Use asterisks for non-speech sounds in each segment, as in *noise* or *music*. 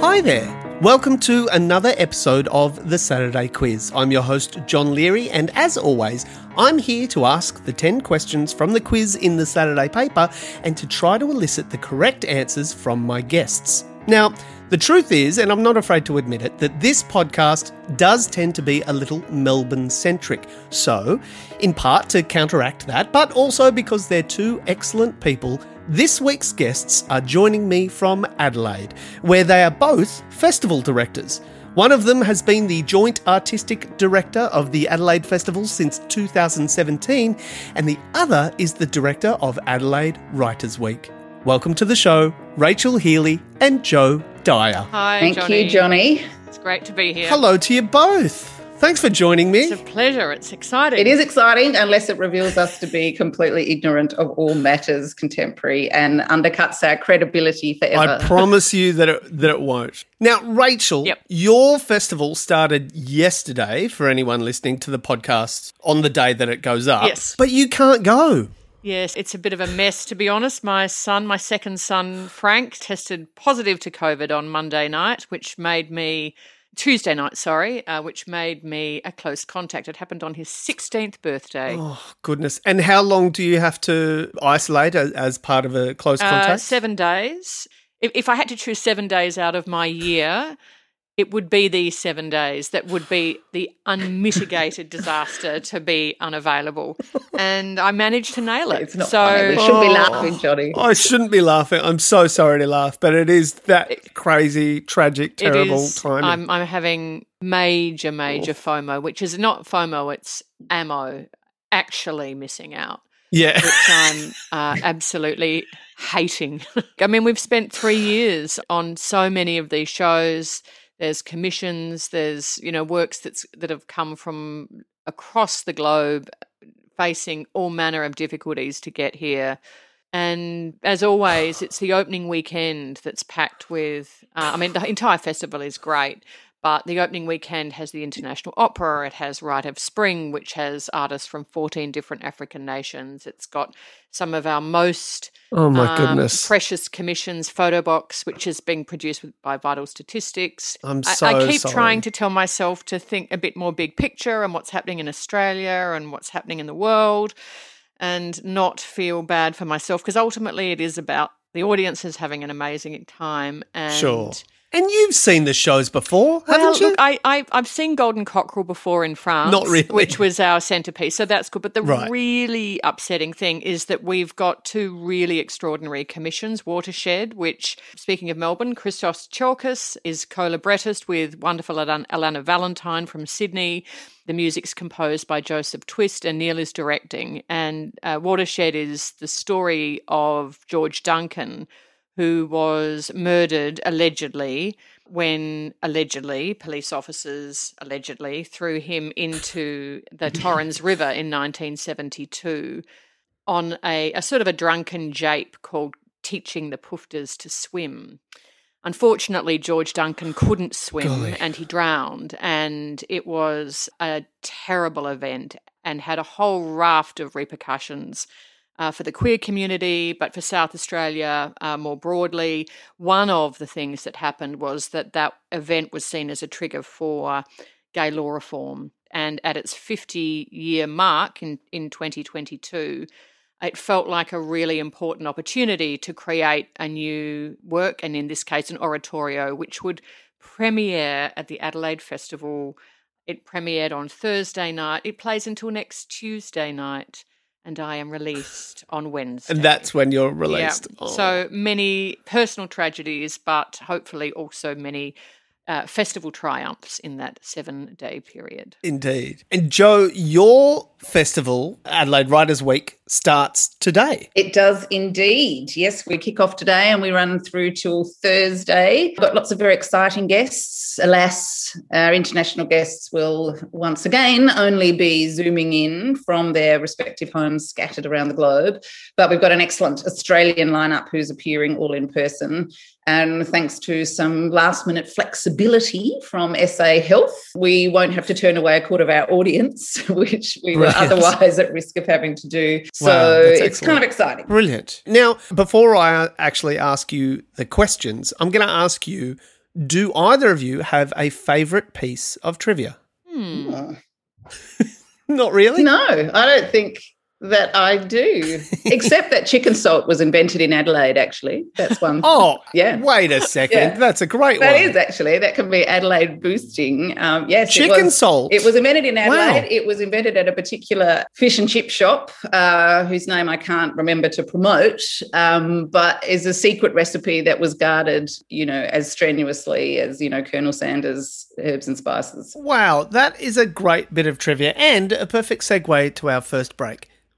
Hi there. Welcome to another episode of The Saturday Quiz. I'm your host, John Leary, and as always, I'm here to ask the 10 questions from the quiz in the Saturday paper and to try to elicit the correct answers from my guests. Now, the truth is, and I'm not afraid to admit it, that this podcast does tend to be a little Melbourne centric. So, in part to counteract that, but also because they're two excellent people this week's guests are joining me from Adelaide, where they are both festival directors. One of them has been the joint artistic director of the Adelaide Festival since 2017, and the other is the director of Adelaide Writers Week. Welcome to the show, Rachel Healy and Joe Dyer. Hi, Thank Johnny. you, Johnny. It's great to be here. Hello to you both. Thanks for joining me. It's a pleasure. It's exciting. It is exciting unless it reveals us to be completely ignorant of all matters contemporary and undercuts our credibility forever. *laughs* I promise you that it, that it won't. Now, Rachel, Yep. your festival started yesterday for anyone listening to the podcast on the day that it goes up. Yes. But you can't go. Yes, it's a bit of a mess, to be honest. My son, my second son, Frank, tested positive to COVID on Monday night, which made me, Tuesday night, sorry, uh, which made me a close contact. It happened on his 16th birthday. Oh, goodness. And how long do you have to isolate as, as part of a close Uh, contact? seven days. If, if I had to choose seven days out of my year, it would be these seven days that would be the *laughs* unmitigated disaster to be unavailable. And I managed to nail it. it's not so funny. We should be Oh. laughing, Johnny. I shouldn't be laughing. I'm so sorry to laugh, but it is that crazy, tragic, it terrible is- timing. I'm, I'm having major, major FOMO, which is not FOMO, it's ammo, actually missing out. yeah. which I'm uh, absolutely hating. I mean, we've spent three years on so many of these shows. There's commissions. There's you know works that's that have come from across the globe, facing all manner of difficulties to get here. And as always, it's the opening weekend that's packed with. Uh, I mean, the entire festival is great, but the opening weekend has the International Opera. It has Rite of Spring, which has artists from 14 different African nations. It's got some of our most *laughs* Oh, my um, goodness. precious commissions, Photo Box, which is being produced with, by Vital Statistics. I'm I- so I, keep sorry. trying to tell myself to think a bit more big picture and what's happening in Australia and what's happening in the world and not feel bad for myself because ultimately it is about the audiences having an amazing time and Sure. And you've seen the shows before, well, haven't you? look, I, I I've seen Golden Cockerel before in France, Not really. which was our centerpiece, so that's good. But the Right. really upsetting thing is that we've got two really extraordinary commissions: Watershed, which, speaking of Melbourne, Christos Chalkis is co-librettist with wonderful Alan- Alana Valentine from Sydney. The music's composed by Joseph Twist, and Neil is directing. And uh, Watershed is the story of George Duncan who was murdered allegedly when allegedly police officers allegedly threw him into the Torrens River in 1972 on a, a sort of a drunken jape called Teaching the Poofters to Swim. Unfortunately, George Duncan couldn't swim Golly. and he drowned, and it was a terrible event and had a whole raft of repercussions uh, for the queer community, but for South Australia uh, more broadly. One of the things that happened was that that event was seen as a trigger for gay law reform. And at its 50 year mark in, in 2022, it felt like a really important opportunity to create a new work, and in this case, an oratorio, which would premiere at the Adelaide Festival. It premiered on Thursday night. It plays until next Tuesday night, and I am released on Wednesday. and that's when you're Yeah. released. Oh. So many personal tragedies, but hopefully also many uh, festival triumphs in that seven day period. Indeed. And Joe, your festival, Adelaide Writers Week, starts today. It does indeed. Yes, we kick off today and we run through till Thursday. We've got lots of very exciting guests. Alas, our international guests will once again only be zooming in from their respective homes scattered around the globe. But we've got an excellent Australian lineup who's appearing all in person. And thanks to some last minute flexibility from SA Health, we won't have to turn away a quarter of our audience, *laughs* which we were Brilliant. otherwise at risk of having to do. So Wow, that's it's kind of exciting. Brilliant. Now, before I actually ask you the questions, I'm going to ask you do either of you have a favorite piece of trivia? Hmm. Not really. Uh, No, I don't think that I do, *laughs* except that chicken salt was invented in Adelaide, actually. That's one. Oh, *laughs* Yeah. Wait a second. Yeah. That's a great that one. is actually, that can be Adelaide boosting. Um, yes, it Chicken was- salt. It was invented in Wow. Adelaide. It was invented at a particular fish and chip shop, uh, whose name I can't remember to promote, um, but is a secret recipe that was guarded, you know, as strenuously as you know Colonel Sanders' herbs and spices. Wow, that is a great bit of trivia and a perfect segue to our first break.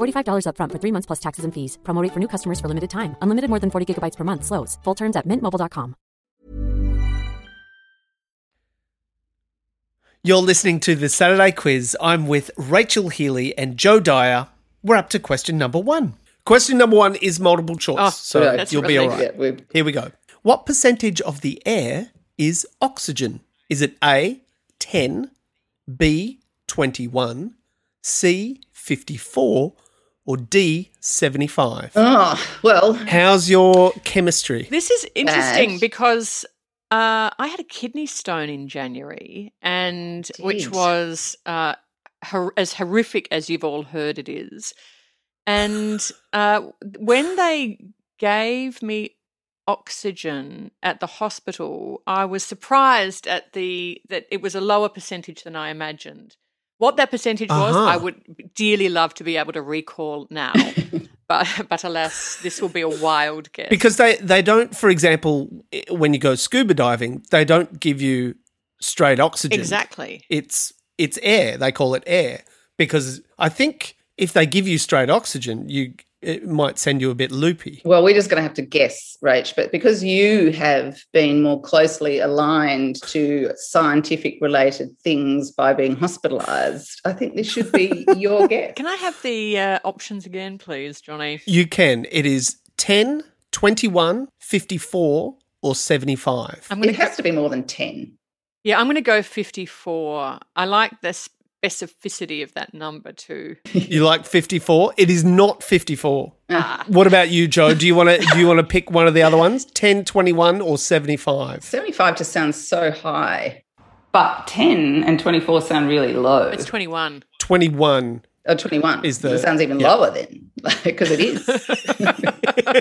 $45 upfront for three months plus taxes and fees. Promo rate for new customers for limited time. Unlimited more than 40 gigabytes per month. Slows. Full terms at mintmobile.com. You're listening to the Saturday Quiz. I'm with Rachel Healy and Joe Dyer. We're up to question number one. Question number one is multiple choice, Oh, so that's you'll be all relief. right. uh, Yeah, we Here we go. What percentage of the air is oxygen? Is it A, 10, B, 21, C, 54, or D, 75? Oh, well, How's your chemistry? This is interesting Bad. because uh, I had a kidney stone in January, and which Did. was uh, hor- as horrific as you've all heard it is. And uh, when they gave me oxygen at the hospital, I was surprised at the that it was a lower percentage than I imagined. What that percentage was, Uh-huh. I would dearly love to be able to recall now. but but alas, this will be a wild guess. Because they, they don't, for example, i- when you go scuba diving, they don't give you straight oxygen. Exactly. It's it's air. They call it air because I think if they give you straight oxygen, you it might send you a bit loopy. Well, we're just going to have to guess, Rach, but because you have been more closely aligned to scientific related things by being hospitalized, I think this should *laughs* be your guess. Can I have the uh, options again, please, Johnny? You can. It is 10, 21, 54 or 75. I'm It gonna has to be more than 10. yeah, I'm gonna go 54. I like the specificity of that number too. you like 54? It is not 54. Ah, What about you, Joe? Do you want to do you want to pick one of the other ones? 10, 21 or 75? 75 just sounds so high. But 10 and 24 sound really low. It's 21. 21. Or 21 Is the- oh, it sounds even yeah. lower then, *laughs* because it is,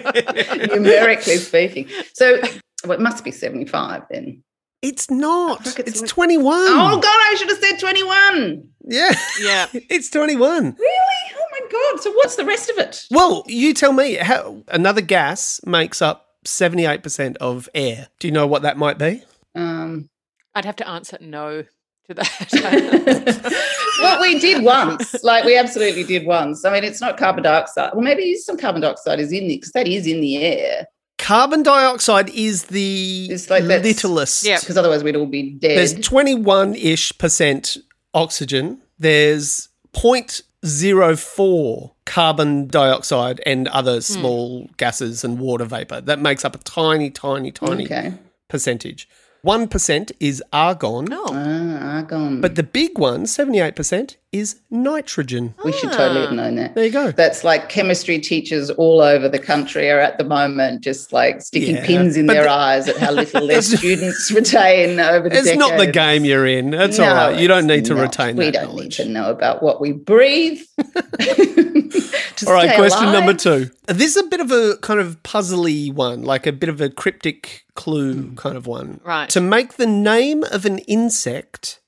numerically speaking. So well, it must be 75 then. It's not. Look, it's it's- 21. Oh, God, I should have said 21. Yeah. *laughs* Yeah. It's 21. Really? Oh my god! So what's the rest of it? Well, you tell me how another gas makes up 78% of air. Do you know what that might be? *laughs* Um, I'd have to answer no to *laughs* that. *laughs* what we did once, like we absolutely did once. I mean, it's not carbon dioxide. Well, maybe some carbon dioxide is in there because that is in the air. Carbon dioxide is the It's like that's- littlest. Yeah. Because otherwise, we'd all be dead. There's 21 ish percent oxygen. There's 0.04 carbon dioxide and Hmm. other small gases and water vapor. That makes up a tiny, tiny, tiny okay. percentage. 1% is argon. no. Ah, argon. But the big one, 78%, is nitrogen. we should totally have known that. Ah, There you go. That's like chemistry teachers all over the country are at the moment just like sticking Yeah. pins in But their the- eyes at *laughs* how little their students *laughs* retain over the It's not the decades. game you're in. That's No, all right. You don't it's need to not. retain We that don't knowledge. *laughs* *laughs* need to know about what we breathe. to All right, stay question alive. number two. This is a bit of a kind of puzzly one, like a bit of a cryptic Hmm. clue kind of one. Right. To make the name of an insect,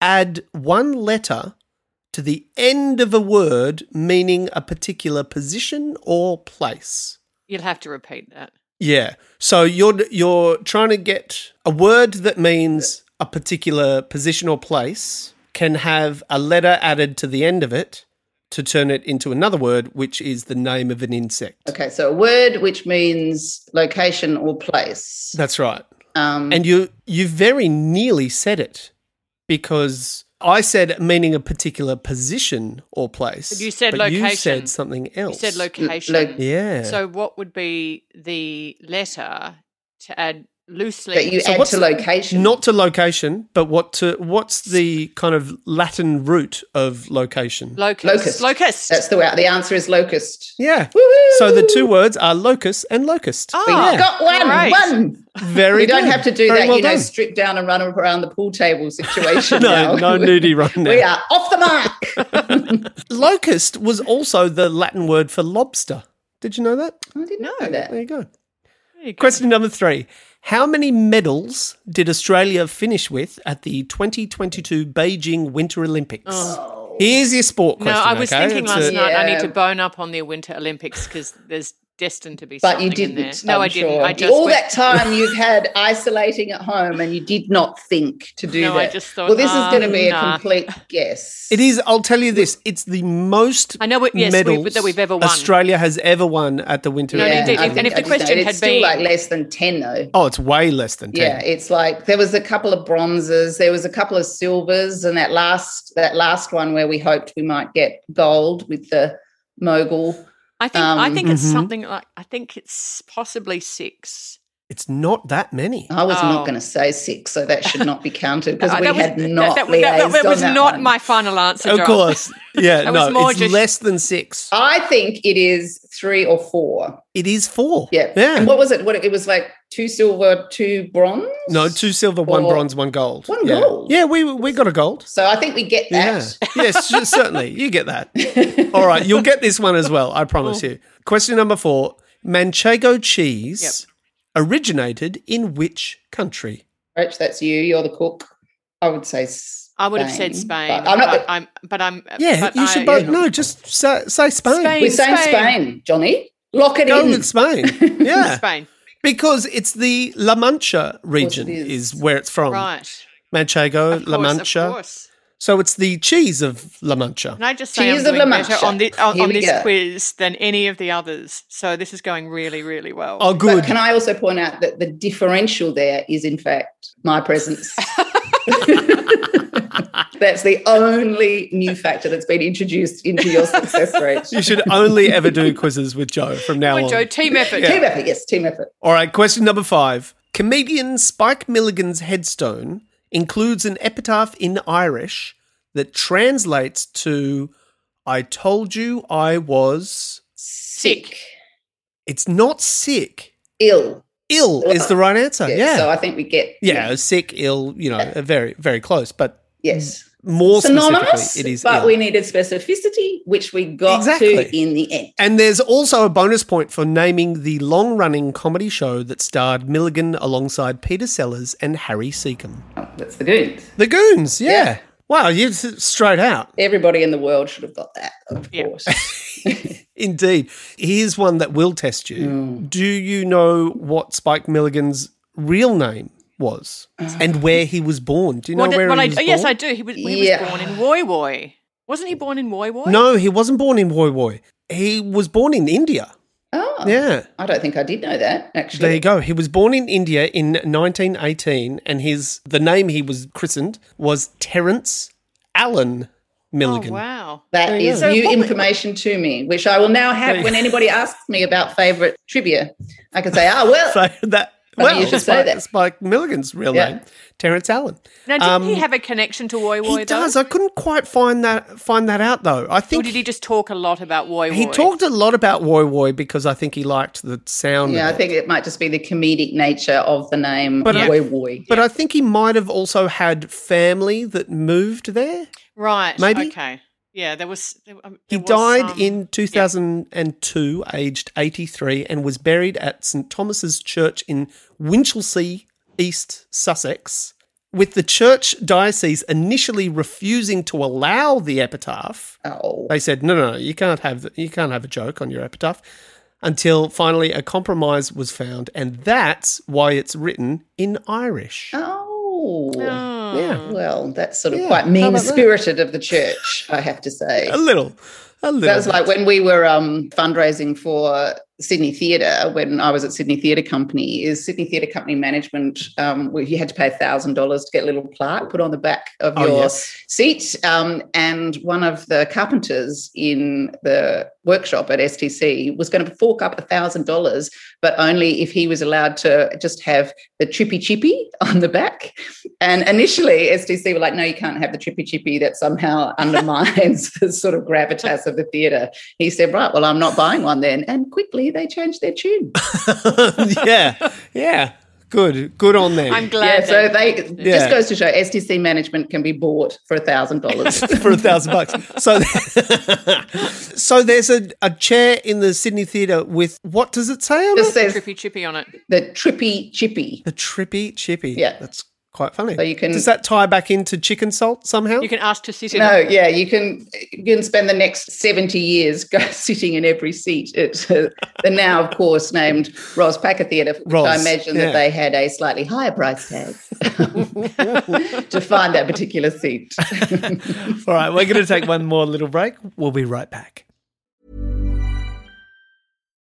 add one letter to the end of a word meaning a particular position or place. You'll have to repeat that. Yeah. So you're you're trying to get a word that means a particular position or place can have a letter added to the end of it to turn it into another word which is the name of an insect. Okay, so a word which means location or place. That's right. Mm-hmm. Um, And you you very nearly said it because I said meaning a particular position or place. But you said but You location. said something You else. said location. lo- Yeah. So what would be the letter to add loosely? that you add what's- to location. not to location, but what to what's the kind of Latin root of location? locust. Locust. Locust. That's the way. The answer is locust. yeah. So the two words are locus and locust. Oh, But Yeah. you've got one. Right. One. Very. we don't good. have to do Very that. well Ah! you know, done. *laughs* strip down and run around the pool *laughs* table situation. no, now. no nudie right now. *laughs* We are off the mark. Locust was also the Latin word for lobster. Did you know that? I didn't know that. There you go. There you go. Question number three. How many medals did Australia finish with at the 2022 Beijing Winter Olympics? Oh. Here's your sport No, question. I was okay? thinking It's last a- night I need Yeah. to bone up on the Winter Olympics because there's destined to be But something you in there. didn't. No, I'm I didn't. sure. I just all went- that time you've had isolating at home, and you did not think to do No, that. I just thought, well, this is ah, going to be nah. a complete guess. It is. I'll tell you this. It's the most I know it- yes, we- medals that we've ever won. Australia has ever won at the Winter. No, Olympics. indeed. I And think if the I did that. question had it's still been- like less than ten, though. Oh, it's way less than Yeah, ten. it's like there was a couple of bronzes, there was a couple of silvers, and that last that last one where we hoped we might get gold with the mogul. I think I Um, think it's Mhm. something like I think it's possibly six. It's not that many. I was Oh. not going to say six, so that should not be counted because Uh, *laughs* we that was- had that- not that, that- that- liaised that on was that not one. my final answer. of John. *laughs* course. Yeah. That was no, more it's just- less than six. I think it is three or four. It is four. Yeah. Yeah. And what was it? What it was like two silver, two bronze. no, two silver, one Or- bronze, one gold. One yeah. gold. Yeah, we we got a gold. So I think we get Yeah. that. yes, *laughs* sure, certainly. You get that. *laughs* All right, you'll get this one as well. *laughs* I promise you. Question number four: Manchego cheese originated in which country? Roach, that's you. You're the cook. I would say. Spain, I would have said Spain. but I'm not. But I'm. But I'm Yeah, but you I- should both. No, just say, say Spain. Spain. We're saying Spain, Johnny. Lock it Go in. with Spain. Yeah, *laughs* Spain. because it's the La Mancha region it is. is. where it's from. Right. Manchego, La Of course, Of Mancha. course. So it's the cheese of La Mancha. Can I just say I'm Cheese of La doing better Mancha. on, the, on, Here on we this go. quiz than any of the others. So this is going really, really well. Oh, But good. can I also point out that the differential there is, in fact, *laughs* my presence. that's the only new factor that's been introduced into your success rate. you should only ever do quizzes with Joe from now Joe, on. team effort. Team effort, yes, team effort. All right, question number five. Comedian Spike Milligan's headstone includes an epitaph in Irish that translates to I told you I was. Sick, It's not sick. ill. Ill is the right answer. Oh, Yeah. So I think we get yeah, sick, ill, you know, very, very close, but yes. more Synonymous, specifically, it is but ill. we needed specificity, which we got Exactly. to in the end. and there's also a bonus point for naming the long running comedy show that starred Milligan alongside Peter Sellers and Harry Seacombe. Oh, that's the good. The Goons, yeah. Yeah. Wow, you s- straight out. Everybody in the world should have got that, of Yeah. course. *laughs* Indeed. Here's one that will test you. Mm. Do you know what Spike Milligan's real name was Uh, and where he was born? Do you know What did- where well, he I, was oh, born? Mm. yes, I do. He was, he Yeah. was born in Woi Woi. Wasn't he born in Woi Woi? No, he wasn't born in Woi Woi. He was born in India. oh, Yeah. I don't think I did know that, actually. There you go. He was born in India in 1918, and his the name he was christened was Terence Allen Oh, Milligan. wow. That you is go. So new what we- information to me, which I will now have when anybody asks me about favorite trivia. I can say, ah, well, So that Funny well, you should say Spike, that. Spike Milligan's real Yeah. name, Terence Allen. Now, didn't he Um, have a connection to Woi Woi, He though? does. I couldn't quite find that find that out though. I or think did he just talk a lot about Woi Woi? he talked a lot about Woi Woi because I think he liked the sound. yeah, I of it. think it might just be the comedic nature of the name. But uh, I- Woi Woi. But I think he might have also had family that moved there. Right. Maybe? Okay. Yeah, there was. There, um, He there was died some- in 2002, aged 83, and was buried at St Thomas's Church in Winchelsea, East Sussex. With the church diocese initially refusing to allow the epitaph, Oh, they said, "No, no, no, you can't have you can't have a joke on your epitaph." Until finally, a compromise was found, and that's why it's written in Irish. oh. Yeah, Well, that's sort of Yeah, quite how about mean that? spirited of the church, I have *laughs* to say. a little, a little. That was like when we were um, fundraising for Sydney Theatre, when I was at Sydney Theatre Company, is Sydney Theatre Company management, um, where you had to pay $1,000 to get a little plaque put on the back of Oh, your yes. seat. Um, and one of the carpenters in the workshop at STC was going to fork up $1,000, but only if he was allowed to just have the chippy chippy on the back. And initially, STC were like, no, you can't have the chippy chippy. That *laughs* somehow undermines the sort of gravitas of the theatre. He said, right, well, I'm not buying one then. And quickly, they changed their tune. *laughs* yeah, yeah. Good, good on them. I'm glad. *laughs* yeah, so that- they it Yeah. just goes to show STC management can be bought for *laughs* $1,000. for a thousand bucks. So, *laughs* so there's a, a chair in the Sydney Theatre with what does it say on Just it? says trippy chippy on it. the trippy chippy. The trippy chippy. Yeah. that's quite funny. So you can- does that tie back into chicken salt somehow? You can ask to sit in. No, it. yeah, you can you can spend the next seventy years *laughs* go, sitting in every seat at uh, the now, of course, named Ros Packer Theatre. Which I Ros, imagine yeah. that they had a slightly higher price tag *laughs* to find that particular seat. All right, we're going to take one more little break. We'll be right back.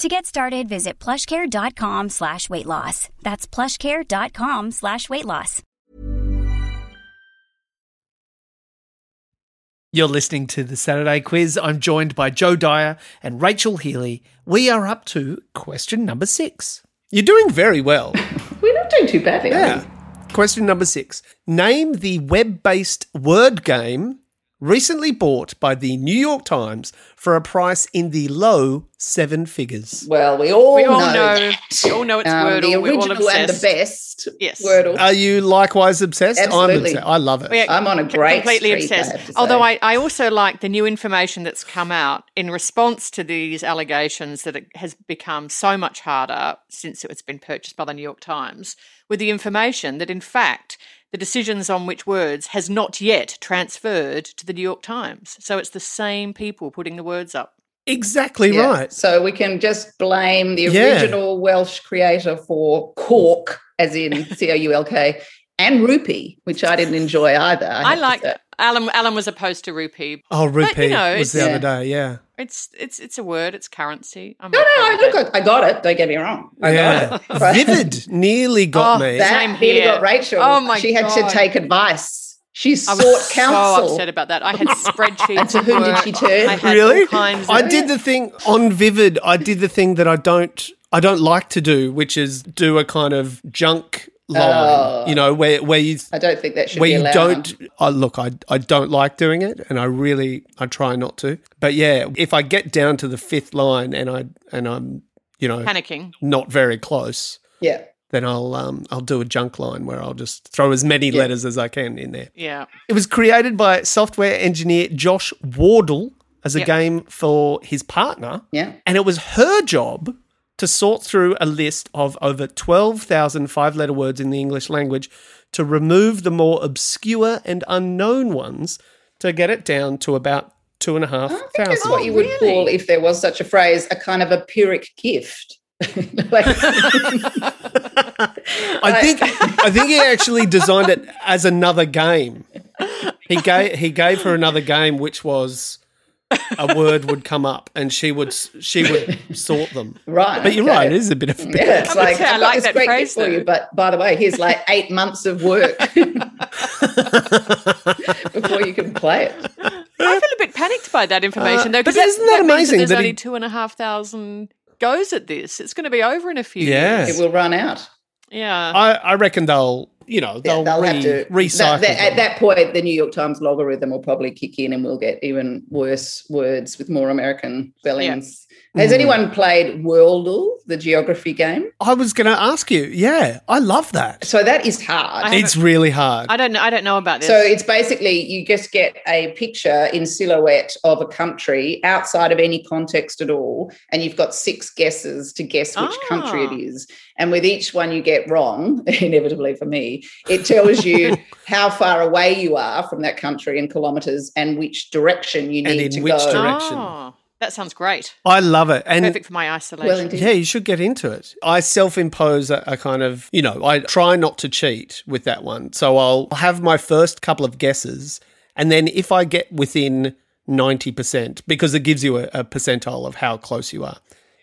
To get started, visit plushcare.com slash weight loss. That's plushcare.com slash weight loss. You're listening to the Saturday Quiz. I'm joined by Joe Dyer and Rachel Healy. We are up to question number six. You're doing very well. We're not doing too badly. are Yeah. Question number six. Name the web based word game recently bought by the New York Times for a price in the low seven figures. we? Well, we all, We all know, know- that. Um, we all know it's Wordle. The We're all original and the obsessed. best Yes. Wordle. Are you likewise obsessed? I'm Absolutely. obsessed. I love it. We are I'm on a great completely streak, I obsessed. have to say. Although I, I also like the new information that's come out in response to these allegations that it has become so much harder since it's been purchased by the New York Times, with the information that in fact the decisions on which words has not yet transferred to the New York Times. So it's the same people putting the words up. Exactly Yeah. right. So we can just blame the Yeah. original Welsh creator for cork, as in *laughs* C O U L K, and rupee, which I didn't enjoy either. I, have to like say. Alan Alan was opposed to rupee. Oh, rupee But, you know, was the it's- other day. Yeah. It's it's it's a word, it's currency. I'm No, no, okay I, with it. look, I got it. Don't get me wrong. I Yeah. *laughs* got it. But Vivid nearly got Oh, me. That Same really here. got Rachel. Oh, my She had God. to take advice. She I sought was counsel. so upset about that. I had spreadsheets. And to at whom did work. she turn? I had really? all kinds. I of- did the thing on Vivid. I did the thing that I don't I don't like to do, which is do a kind of junk Oh. line. you know, where where you I don't think that should where be you allowed. don't I look I, I don't like doing it and i really i try not to but yeah if i get down to the fifth line and i and i'm you know panicking. not very close Yeah. then i'll um i'll do a junk line where i'll just throw as many letters as i can in there Yeah. it was created by software engineer josh wardle as a Yep. game for his partner Yeah. and it was her job to sort through a list of over 12,000 five letter words in the English language to remove the more obscure and unknown ones to get it down to about two and a half I think that's thousand. what you would Oh, call, if there was such a phrase, a kind of a Pyrrhic gift. *laughs* *laughs* Like- I think I think he *laughs* actually designed it as another game. He gave he gave her another game which was a word would come up and she would s- she would sort them. Right. But you're okay. right, it is a bit of a Yeah, it's I would like, say I I've got like this that great phrase, gift for though. you, but by the way, here's like eight months *laughs* of work before you can play it. I feel a bit panicked by that information, though. 'cause Uh, but isn't that means amazing There's that he- only two and a half thousand goes at this, it's going to be over in a few Yeah. years. It will run out. Yeah. I, I reckon they'll, you know, Yeah, they'll, re- recycle. that- that- them. at that point, the New York Times logarithm will probably kick in, and we'll get even worse words with more American spellings. Has Mm. anyone played Worldle, the geography game? I was going to ask you. Yeah, I love that. So that is hard. I haven't- It's really hard. I don't know. I don't know about this. So it's basically you just get a picture in silhouette of a country outside of any context at all, and you've got six guesses to guess which country Ah. it is. And with each one you get wrong, *laughs* inevitably for me, it *laughs* tells you how far away you are from that country in kilometres and which direction you And need in to which go. direction. direction. Oh, that sounds great. I love it. And Perfect for my isolation. Well, indeed. Yeah, you should get into it. I self impose a, a kind of, you know, I try not to cheat with that one. So I'll have my first couple of guesses. And then if I get within 90%, because it gives you a, a percentile of how close you are,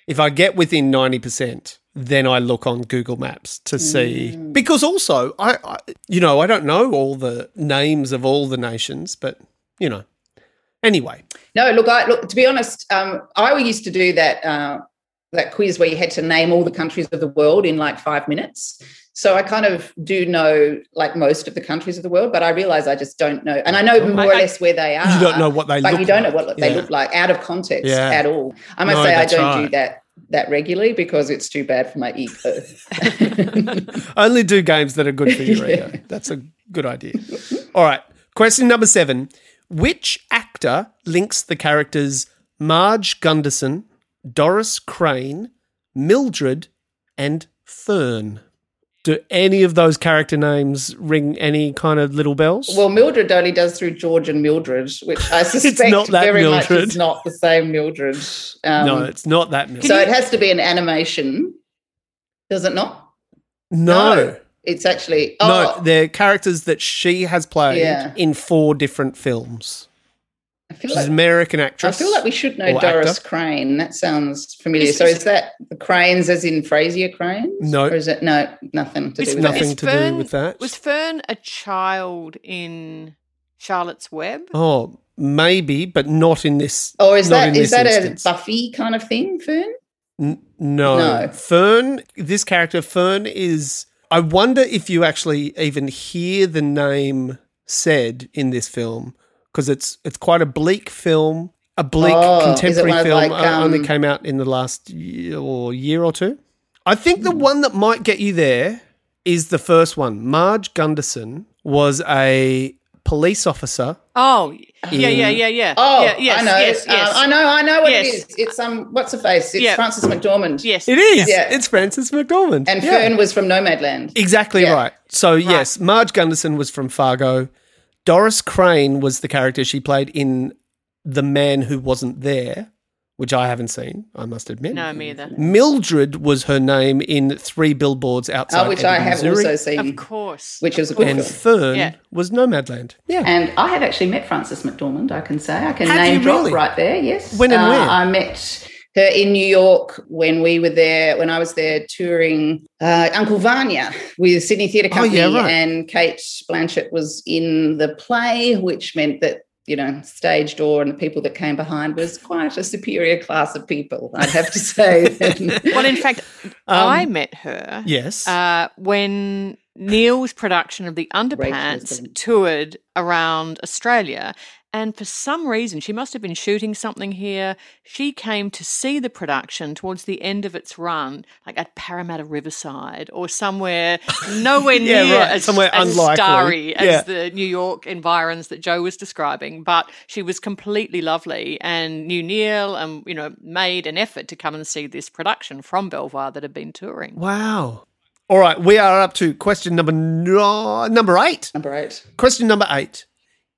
if I get within 90%, then I look on Google Maps to see. Mm. Because also, I, I, you know, I don't know all the names of all the nations, but, you know, anyway. No, look, I look to be honest, um, I used to do that uh, that quiz where you had to name all the countries of the world in like five minutes. So I kind of do know like most of the countries of the world, but I realize I just don't know, and I know more or I- less where they are. You don't know what they but look you don't like. know what they Yeah. look like out of context Yeah. at all. I must No, say I that's don't do right. that that regularly because it's too bad for my ego. *laughs* Only do games that are good for your ego. That's a good idea. All right. Question number seven. Which actor links the characters Marge Gunderson, Doris Crane, Mildred, and Fern? Do any of those character names ring any kind of little bells? well, Mildred only does through George and Mildred, which *laughs* I suspect not that very much Mildred. is not the same Mildred. Um, no, it's not that. Mildred. So it has to be an animation, does it not? no. No, It's actually oh they're characters that she has played Yeah. in four different films. I feel She's an like American I actress. feel like we should know or Doris actor. Crane. That sounds familiar. Is- so is- is that the cranes as in Frasier Cranes? No. Or is it no, nothing to Is- do with Nothing is that. to do with that. Was Fern a child in Charlotte's Web? Oh, maybe, but not in this. Or Oh, is not that in this is that instance. a Buffy kind of thing, Fern? N- no. No. Fern, this character, Fern, is. I wonder if you actually even hear the name said in this film because it's it's quite a bleak film, a bleak Oh, is it one contemporary of film. like, uh, only um, came out in the last year or year or two. I think the one that might get you there is the first one. Marge Gunderson was a police officer. Oh, yeah, yeah, yeah, yeah. Mm. Oh, yeah, yes, I know. Yes, Um, yes. I know. I know what Yes. it is. It's um, what's the face? It's Yeah. Frances McDormand. Yes. It is. Yeah. It's Frances McDormand. And Yeah. Fern was from Nomadland. Exactly Yeah. right. So yes, Marge Gunderson was from Fargo. Doris Crane was the character she played in The Man Who Wasn't There, which I haven't seen, I must admit. No, me either. Mildred was her name in Three Billboards Outside Oh, which I Ebbing, have Missouri. also Of seen. course. Which of is a good course. And film. Fern Yeah. was Nomadland. Yeah. And I have actually met Frances McDormand, I can say. I can Have you name drop really? right there, yes. Uh, When and where? I met her in New York when we were there, when I was there touring uh, Uncle Vanya with Sydney Theatre Oh, Company. yeah, right. And Kate Blanchett was in the play, which meant that, you know, stage door and the people that came behind was quite a superior class of people, I'd have *laughs* to say. *laughs* Well, in fact, I met her. yes. Uh, when Neil's production of The Underpants doesn't- toured around Australia, and for some reason, she must have been shooting something here. She came to see the production towards the end of its run, like at Parramatta Riverside *laughs* or somewhere nowhere Yeah, near right, as, somewhere as unlikely. starry as Yeah. the New York environs that Joe was describing. But she was completely lovely and knew Neil and, you know, made an effort to come and see this production from Belvoir that had been touring. wow. All right, we are up to question number no- number 8. Number eight. Question number eight: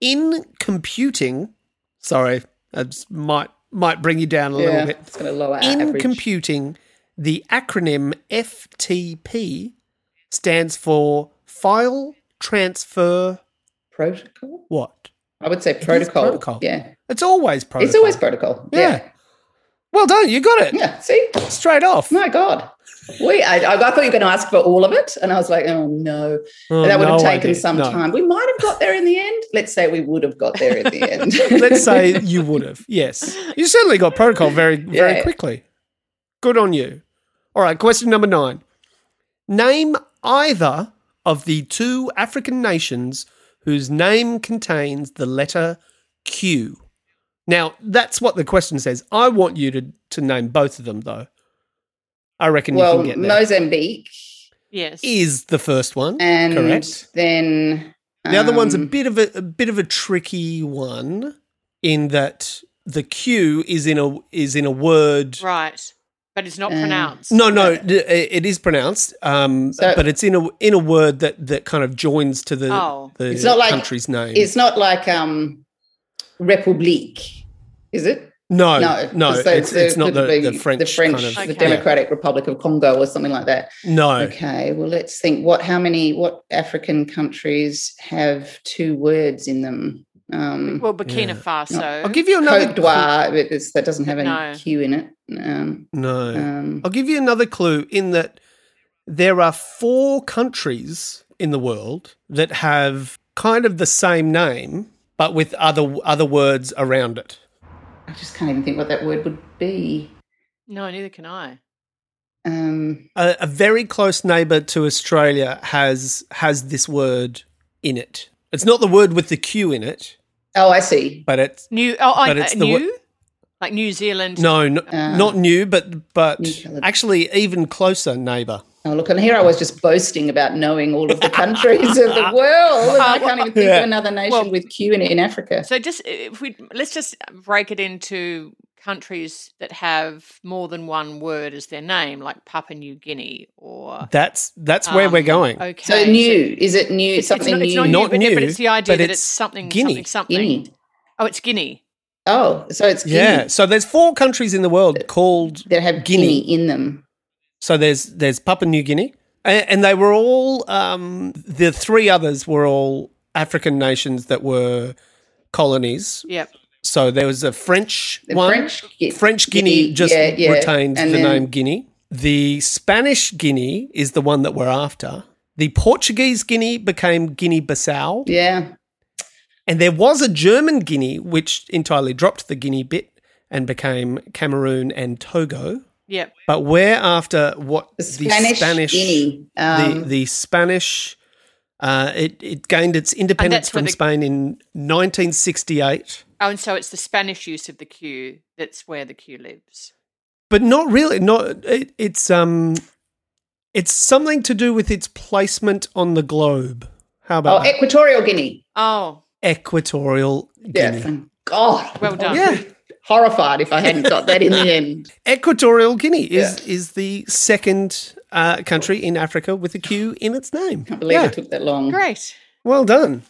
In computing, sorry, that might might bring you down a little Yeah, bit. it's going to lower our In average. computing, the acronym FTP stands for File Transfer. protocol? What? I would say is protocol. protocol. Yeah. It's always protocol. It's always protocol. Yeah. Well done, you got it Yeah, see? straight off. My God. We, I, I thought you were going to ask for all of it. And I was like, oh, no. Oh, that would have no taken idea. some No. time. We might have got there in the end. Let's say we would have got there in *laughs* the end. *laughs* Let's say you would have. Yes, you certainly got protocol very very Yeah. quickly. Good on you. All right, question number nine. Name either of the two African nations whose name contains the letter Q. Now, that's what the question says. I want you to, to name both of them, though. I reckon you well, can get there. Mozambique Yes. Is the first one and correct? then The other one's a um, bit of a, a bit of a tricky one, in that the Q is in a is in a word. Right. But it's not Um, pronounced. No, no, d- it is pronounced, um, So- but it's in a in a word that that kind of joins to the Oh. the It's not like- country's name. It's not like um, Republique, is it? no, no, no, so it's, the- it's not the, the- the French, the French, kind of Okay. the Democratic Republic of Congo, or something like that. yeah. No, Okay, well, let's think. What? How many? What African countries have two words in them? Um, Well, Burkina Yeah. Faso. I'll give you another. Cote d'Ivoire. but it's- that doesn't have any No. Q in it. Um, No, um, I'll give you another clue in that there are four countries in the world that have kind of the same name but with other other words around it. I just can't even think what that word would be. No, neither can I. Um, A, a very close neighbor to Australia has has this word in it. It's not the word with the Q in it, oh, I see. but it's New. Oh, I, But uh, it's the wo- new. like New Zealand. no, n- Ah. not new, but but New Caledonia. actually even closer neighbor. Oh, look, and here I was just boasting about knowing all *laughs* of the countries of the world. and I can't even think Yeah. of another nation Well- with Q in it in Africa. So just uh, if we let's just break it into countries that have more than one word as their name, like Papua New Guinea or That's that's Ah. where um, we're going. Okay. So new is it new? It's, it's something not, it's new? not, new, Not but, new, but it's the idea but that it's it's something, Guinea. something, something. Guinea. Oh, it's Guinea. Oh, so it's Guinea Yeah. So there's four countries in the world called that have Guinea. Guinea. in them. So there's there's Papua New Guinea, and, and they were all um, the three others were all African nations that were colonies. Yep. So there was a French The one, French Gui- French Guinea, Guinea, just yeah, yeah. retained And the then- name Guinea. The Spanish Guinea is the one that we're after. The Portuguese Guinea became Guinea Bissau, Yeah. and there was a German Guinea which entirely dropped the Guinea bit and became Cameroon and Togo. Yep. But we're after what The Spanish, Guinea. the, Um, the Spanish. Uh, it, it gained its independence that's where from the- Spain in 1968, Oh, and so it's the Spanish use of the Q that's where the Q lives. but not really. Not it, it's um, it's something to do with its placement on the globe. How oh, about that? Equatorial Guinea. Oh, Equatorial Yeah. Guinea? Thank God. well done. Yeah, Horrified if I hadn't got that *laughs* in the end. Equatorial Guinea is is the second uh, country in Africa with a Q in its name. I believe Yeah. it took that long. Great. Well done.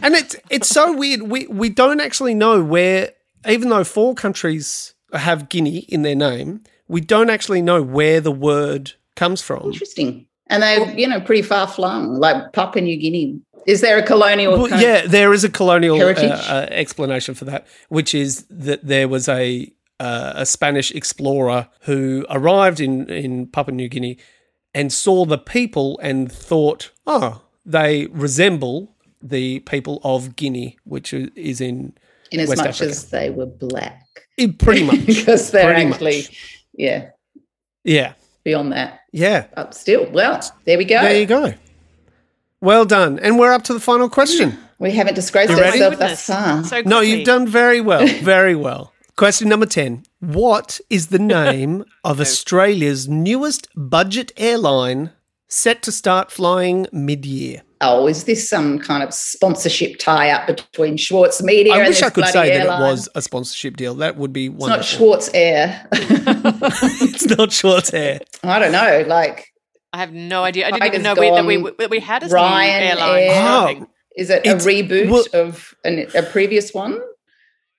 and it's it's so weird. We we don't actually know where, even though four countries have Guinea in their name, we don't actually know where the word comes from. Interesting. And they're, you know, pretty far flung, like Papua New Guinea. Is there a colonial? Well, kind- yeah, there is a colonial uh, Heritage? uh, explanation for that, which is that there was a uh, a Spanish explorer who arrived in in Papua New Guinea and saw the people and thought, oh, they resemble the people of Guinea, which i- is in in as West much Africa. as they were black. *laughs* It- pretty much. because they're Pretty actually, much. yeah, yeah. beyond that. Yeah. But still, well, there we go. There you go. Well done. And we're up to the final question. We haven't disgraced You ready? ourselves Goodness. thus far. So No, quickly. you've done very well. Very well. Question number 10. What is *laughs* the name of Australia's newest budget airline set to start flying mid year? oh, is this some kind of sponsorship tie up between Schwartz Media I and wish this I could bloody say that airline? it was a sponsorship deal. That would be It's not wonderful. Schwartz Air. *laughs* It's not Schwartz Air. I don't know. Like, I have no idea. I didn't Tiger's even know we, that we gone. that we had a Ryan airline. Air. Oh. something. is it a It's- reboot well- of an, a previous one?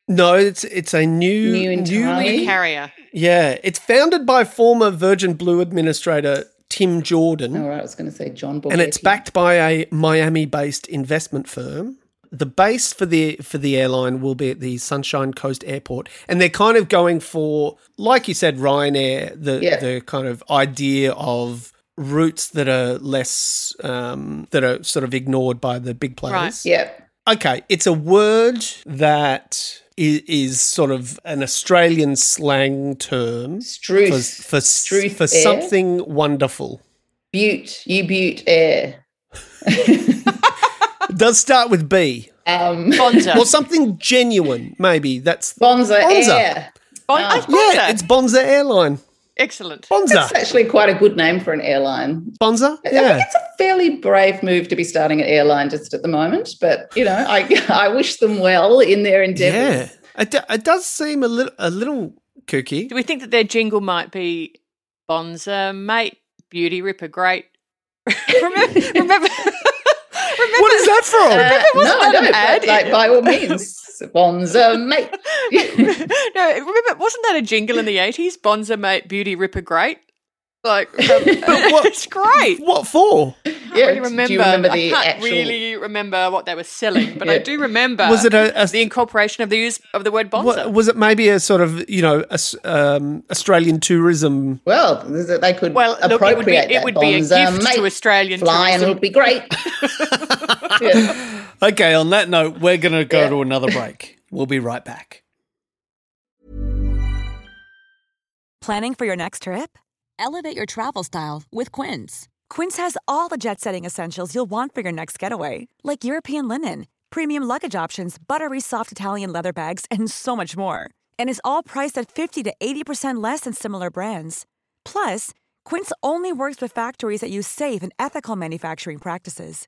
No, it's it's a new, New entirely? newly- Carrier. yeah. It's founded by former Virgin Blue administrator Tim Jordan. All right, I was going to say John. and it's Borghetti. backed by a Miami-based investment firm. The base for the for the airline will be at the Sunshine Coast Airport, and they're kind of going for, like you said, Ryanair, the Yeah. the kind of idea of routes that are less um, that are sort of ignored by the big players. Right. Yeah. Okay, it's a word that is, is sort of an Australian slang term Struth. for for, s- Struth for air. something wonderful. Butte. You butte air. It does start with B. Um, *laughs* Bonza. Or something genuine, maybe. That's Bonza, Bonza. air. Bon- oh, Bonza. Yeah, it's Bonza Airline. Excellent. Bonza. That's actually quite a good name for an airline. Bonza? I think Yeah. it's a fairly brave move to be starting an airline just at the moment, but you know, I *laughs* I wish them well in their endeavours. Yeah. It, do- it does seem a little a little kooky. Do we think that their jingle might be Bonza, mate, beauty ripper, great? *laughs* remember, remember, remember What is that *laughs* from? Uh, wasn't that an but, ad? Like by all means, *laughs* Bonza mate. no, remember, wasn't that a jingle in the 80s? Bonza, mate, beauty ripper, great? *laughs* Like, um, what- it's great. What for? Yeah, I remember, Do you remember I the can't actual? really remember what they were selling, but I Yeah. do remember Was it a- a- the incorporation of the use of the word Wa- bonza. was it maybe a sort of you know a s um, Australian tourism? Well, th- th- they could Well, look, it would be- appropriate it that would be a Bonza gift to mate. Australian Fly and tourism. it'll *laughs* be great. Yeah. Okay. On that note, we're going to go to another break. We'll be right back. Planning for your next trip? Elevate your travel style with Quince. Quince has all the jet setting essentials you'll want for your next getaway, like European linen, premium luggage options, buttery soft Italian leather bags, and so much more. And is all priced at 50 to 80% less than similar brands. Plus, Quince only works with factories that use safe and ethical manufacturing practices.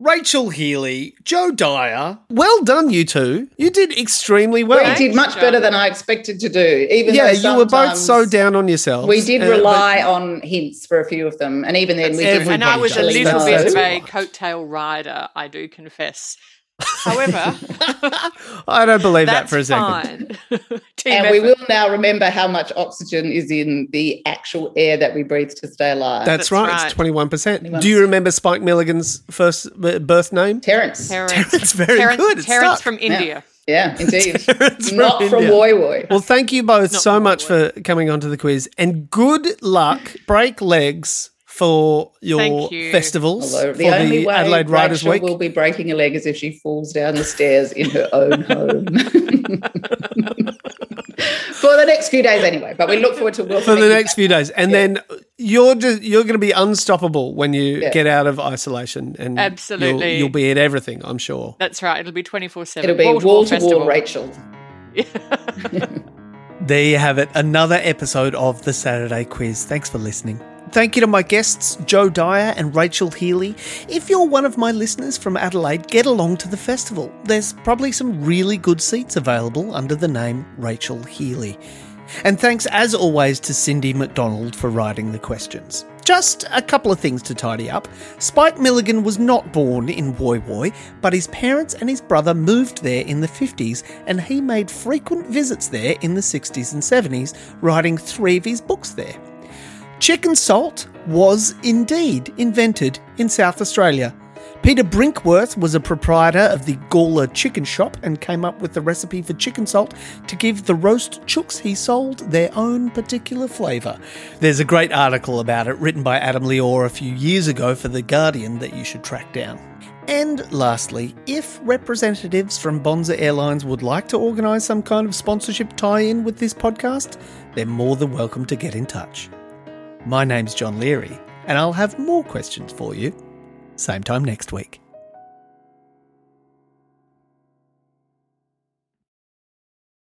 Rachel Healy, Joe Dyer. Well done, you two. You did extremely well. we did much better than I expected to do. Even yeah, though you were both so sometimes down on yourselves. We did Uh, but- rely on hints for a few of them, and even then, we didn't and I was a actually Everybody little does know. bit of that. a coattail rider, I do confess. However, I don't believe *laughs* that that's for a second. fine. *laughs* Team And we effort. will now remember how much oxygen is in the actual air that we breathe to stay alive. That's, That's right. right. It's twenty-one percent. Do you remember Spike Milligan's first b- birth name? Terence. Terrence. Terrence, very Terrence, good. It's Terrence stuck. from India. Yeah, *laughs* indeed. from Not from India. Woi Woi. Well, thank you both Not so from much for coming onto the quiz, and good luck. Break legs for your Thank you. festivals Although for the only the way Adelaide Riders Rachel Week. will be breaking a leg is if she falls down the stairs in her own *laughs* home. For the next few days, anyway. But we look forward to for welcoming the you next few days, and then you're just you're going to be unstoppable when you Yeah. get out of isolation, and you'll- Absolutely. you'll, be at everything. I'm sure. That's right. It'll be 24 7. It'll be wall to wall Rachel. There you have it, another episode of the Saturday Quiz. Thanks for listening. Thank you to my guests, Joe Dyer and Rachel Healy. If you're one of my listeners from Adelaide, get along to the festival. There's probably some really good seats available under the name Rachel Healy. And thanks, as always, to Cindy McDonald for writing the questions. Just a couple of things to tidy up. Spike Milligan was not born in Woi Woi, but his parents and his brother moved there in the 50s, and he made frequent visits there in the 60s and 70s, writing three of his books there. Chicken salt was indeed invented in South Australia. Peter Brinkworth was a proprietor of the Gawler Chicken Shop and came up with the recipe for chicken salt to give the roast chooks he sold their own particular flavour. There's a great article about it written by Adam Leor a few years ago for The Guardian that you should track down. And lastly, if representatives from Bonza Airlines would like to organise some kind of sponsorship tie in with this podcast, they're more than welcome to get in touch. My name's John Leary, and I'll have more questions for you same time next week.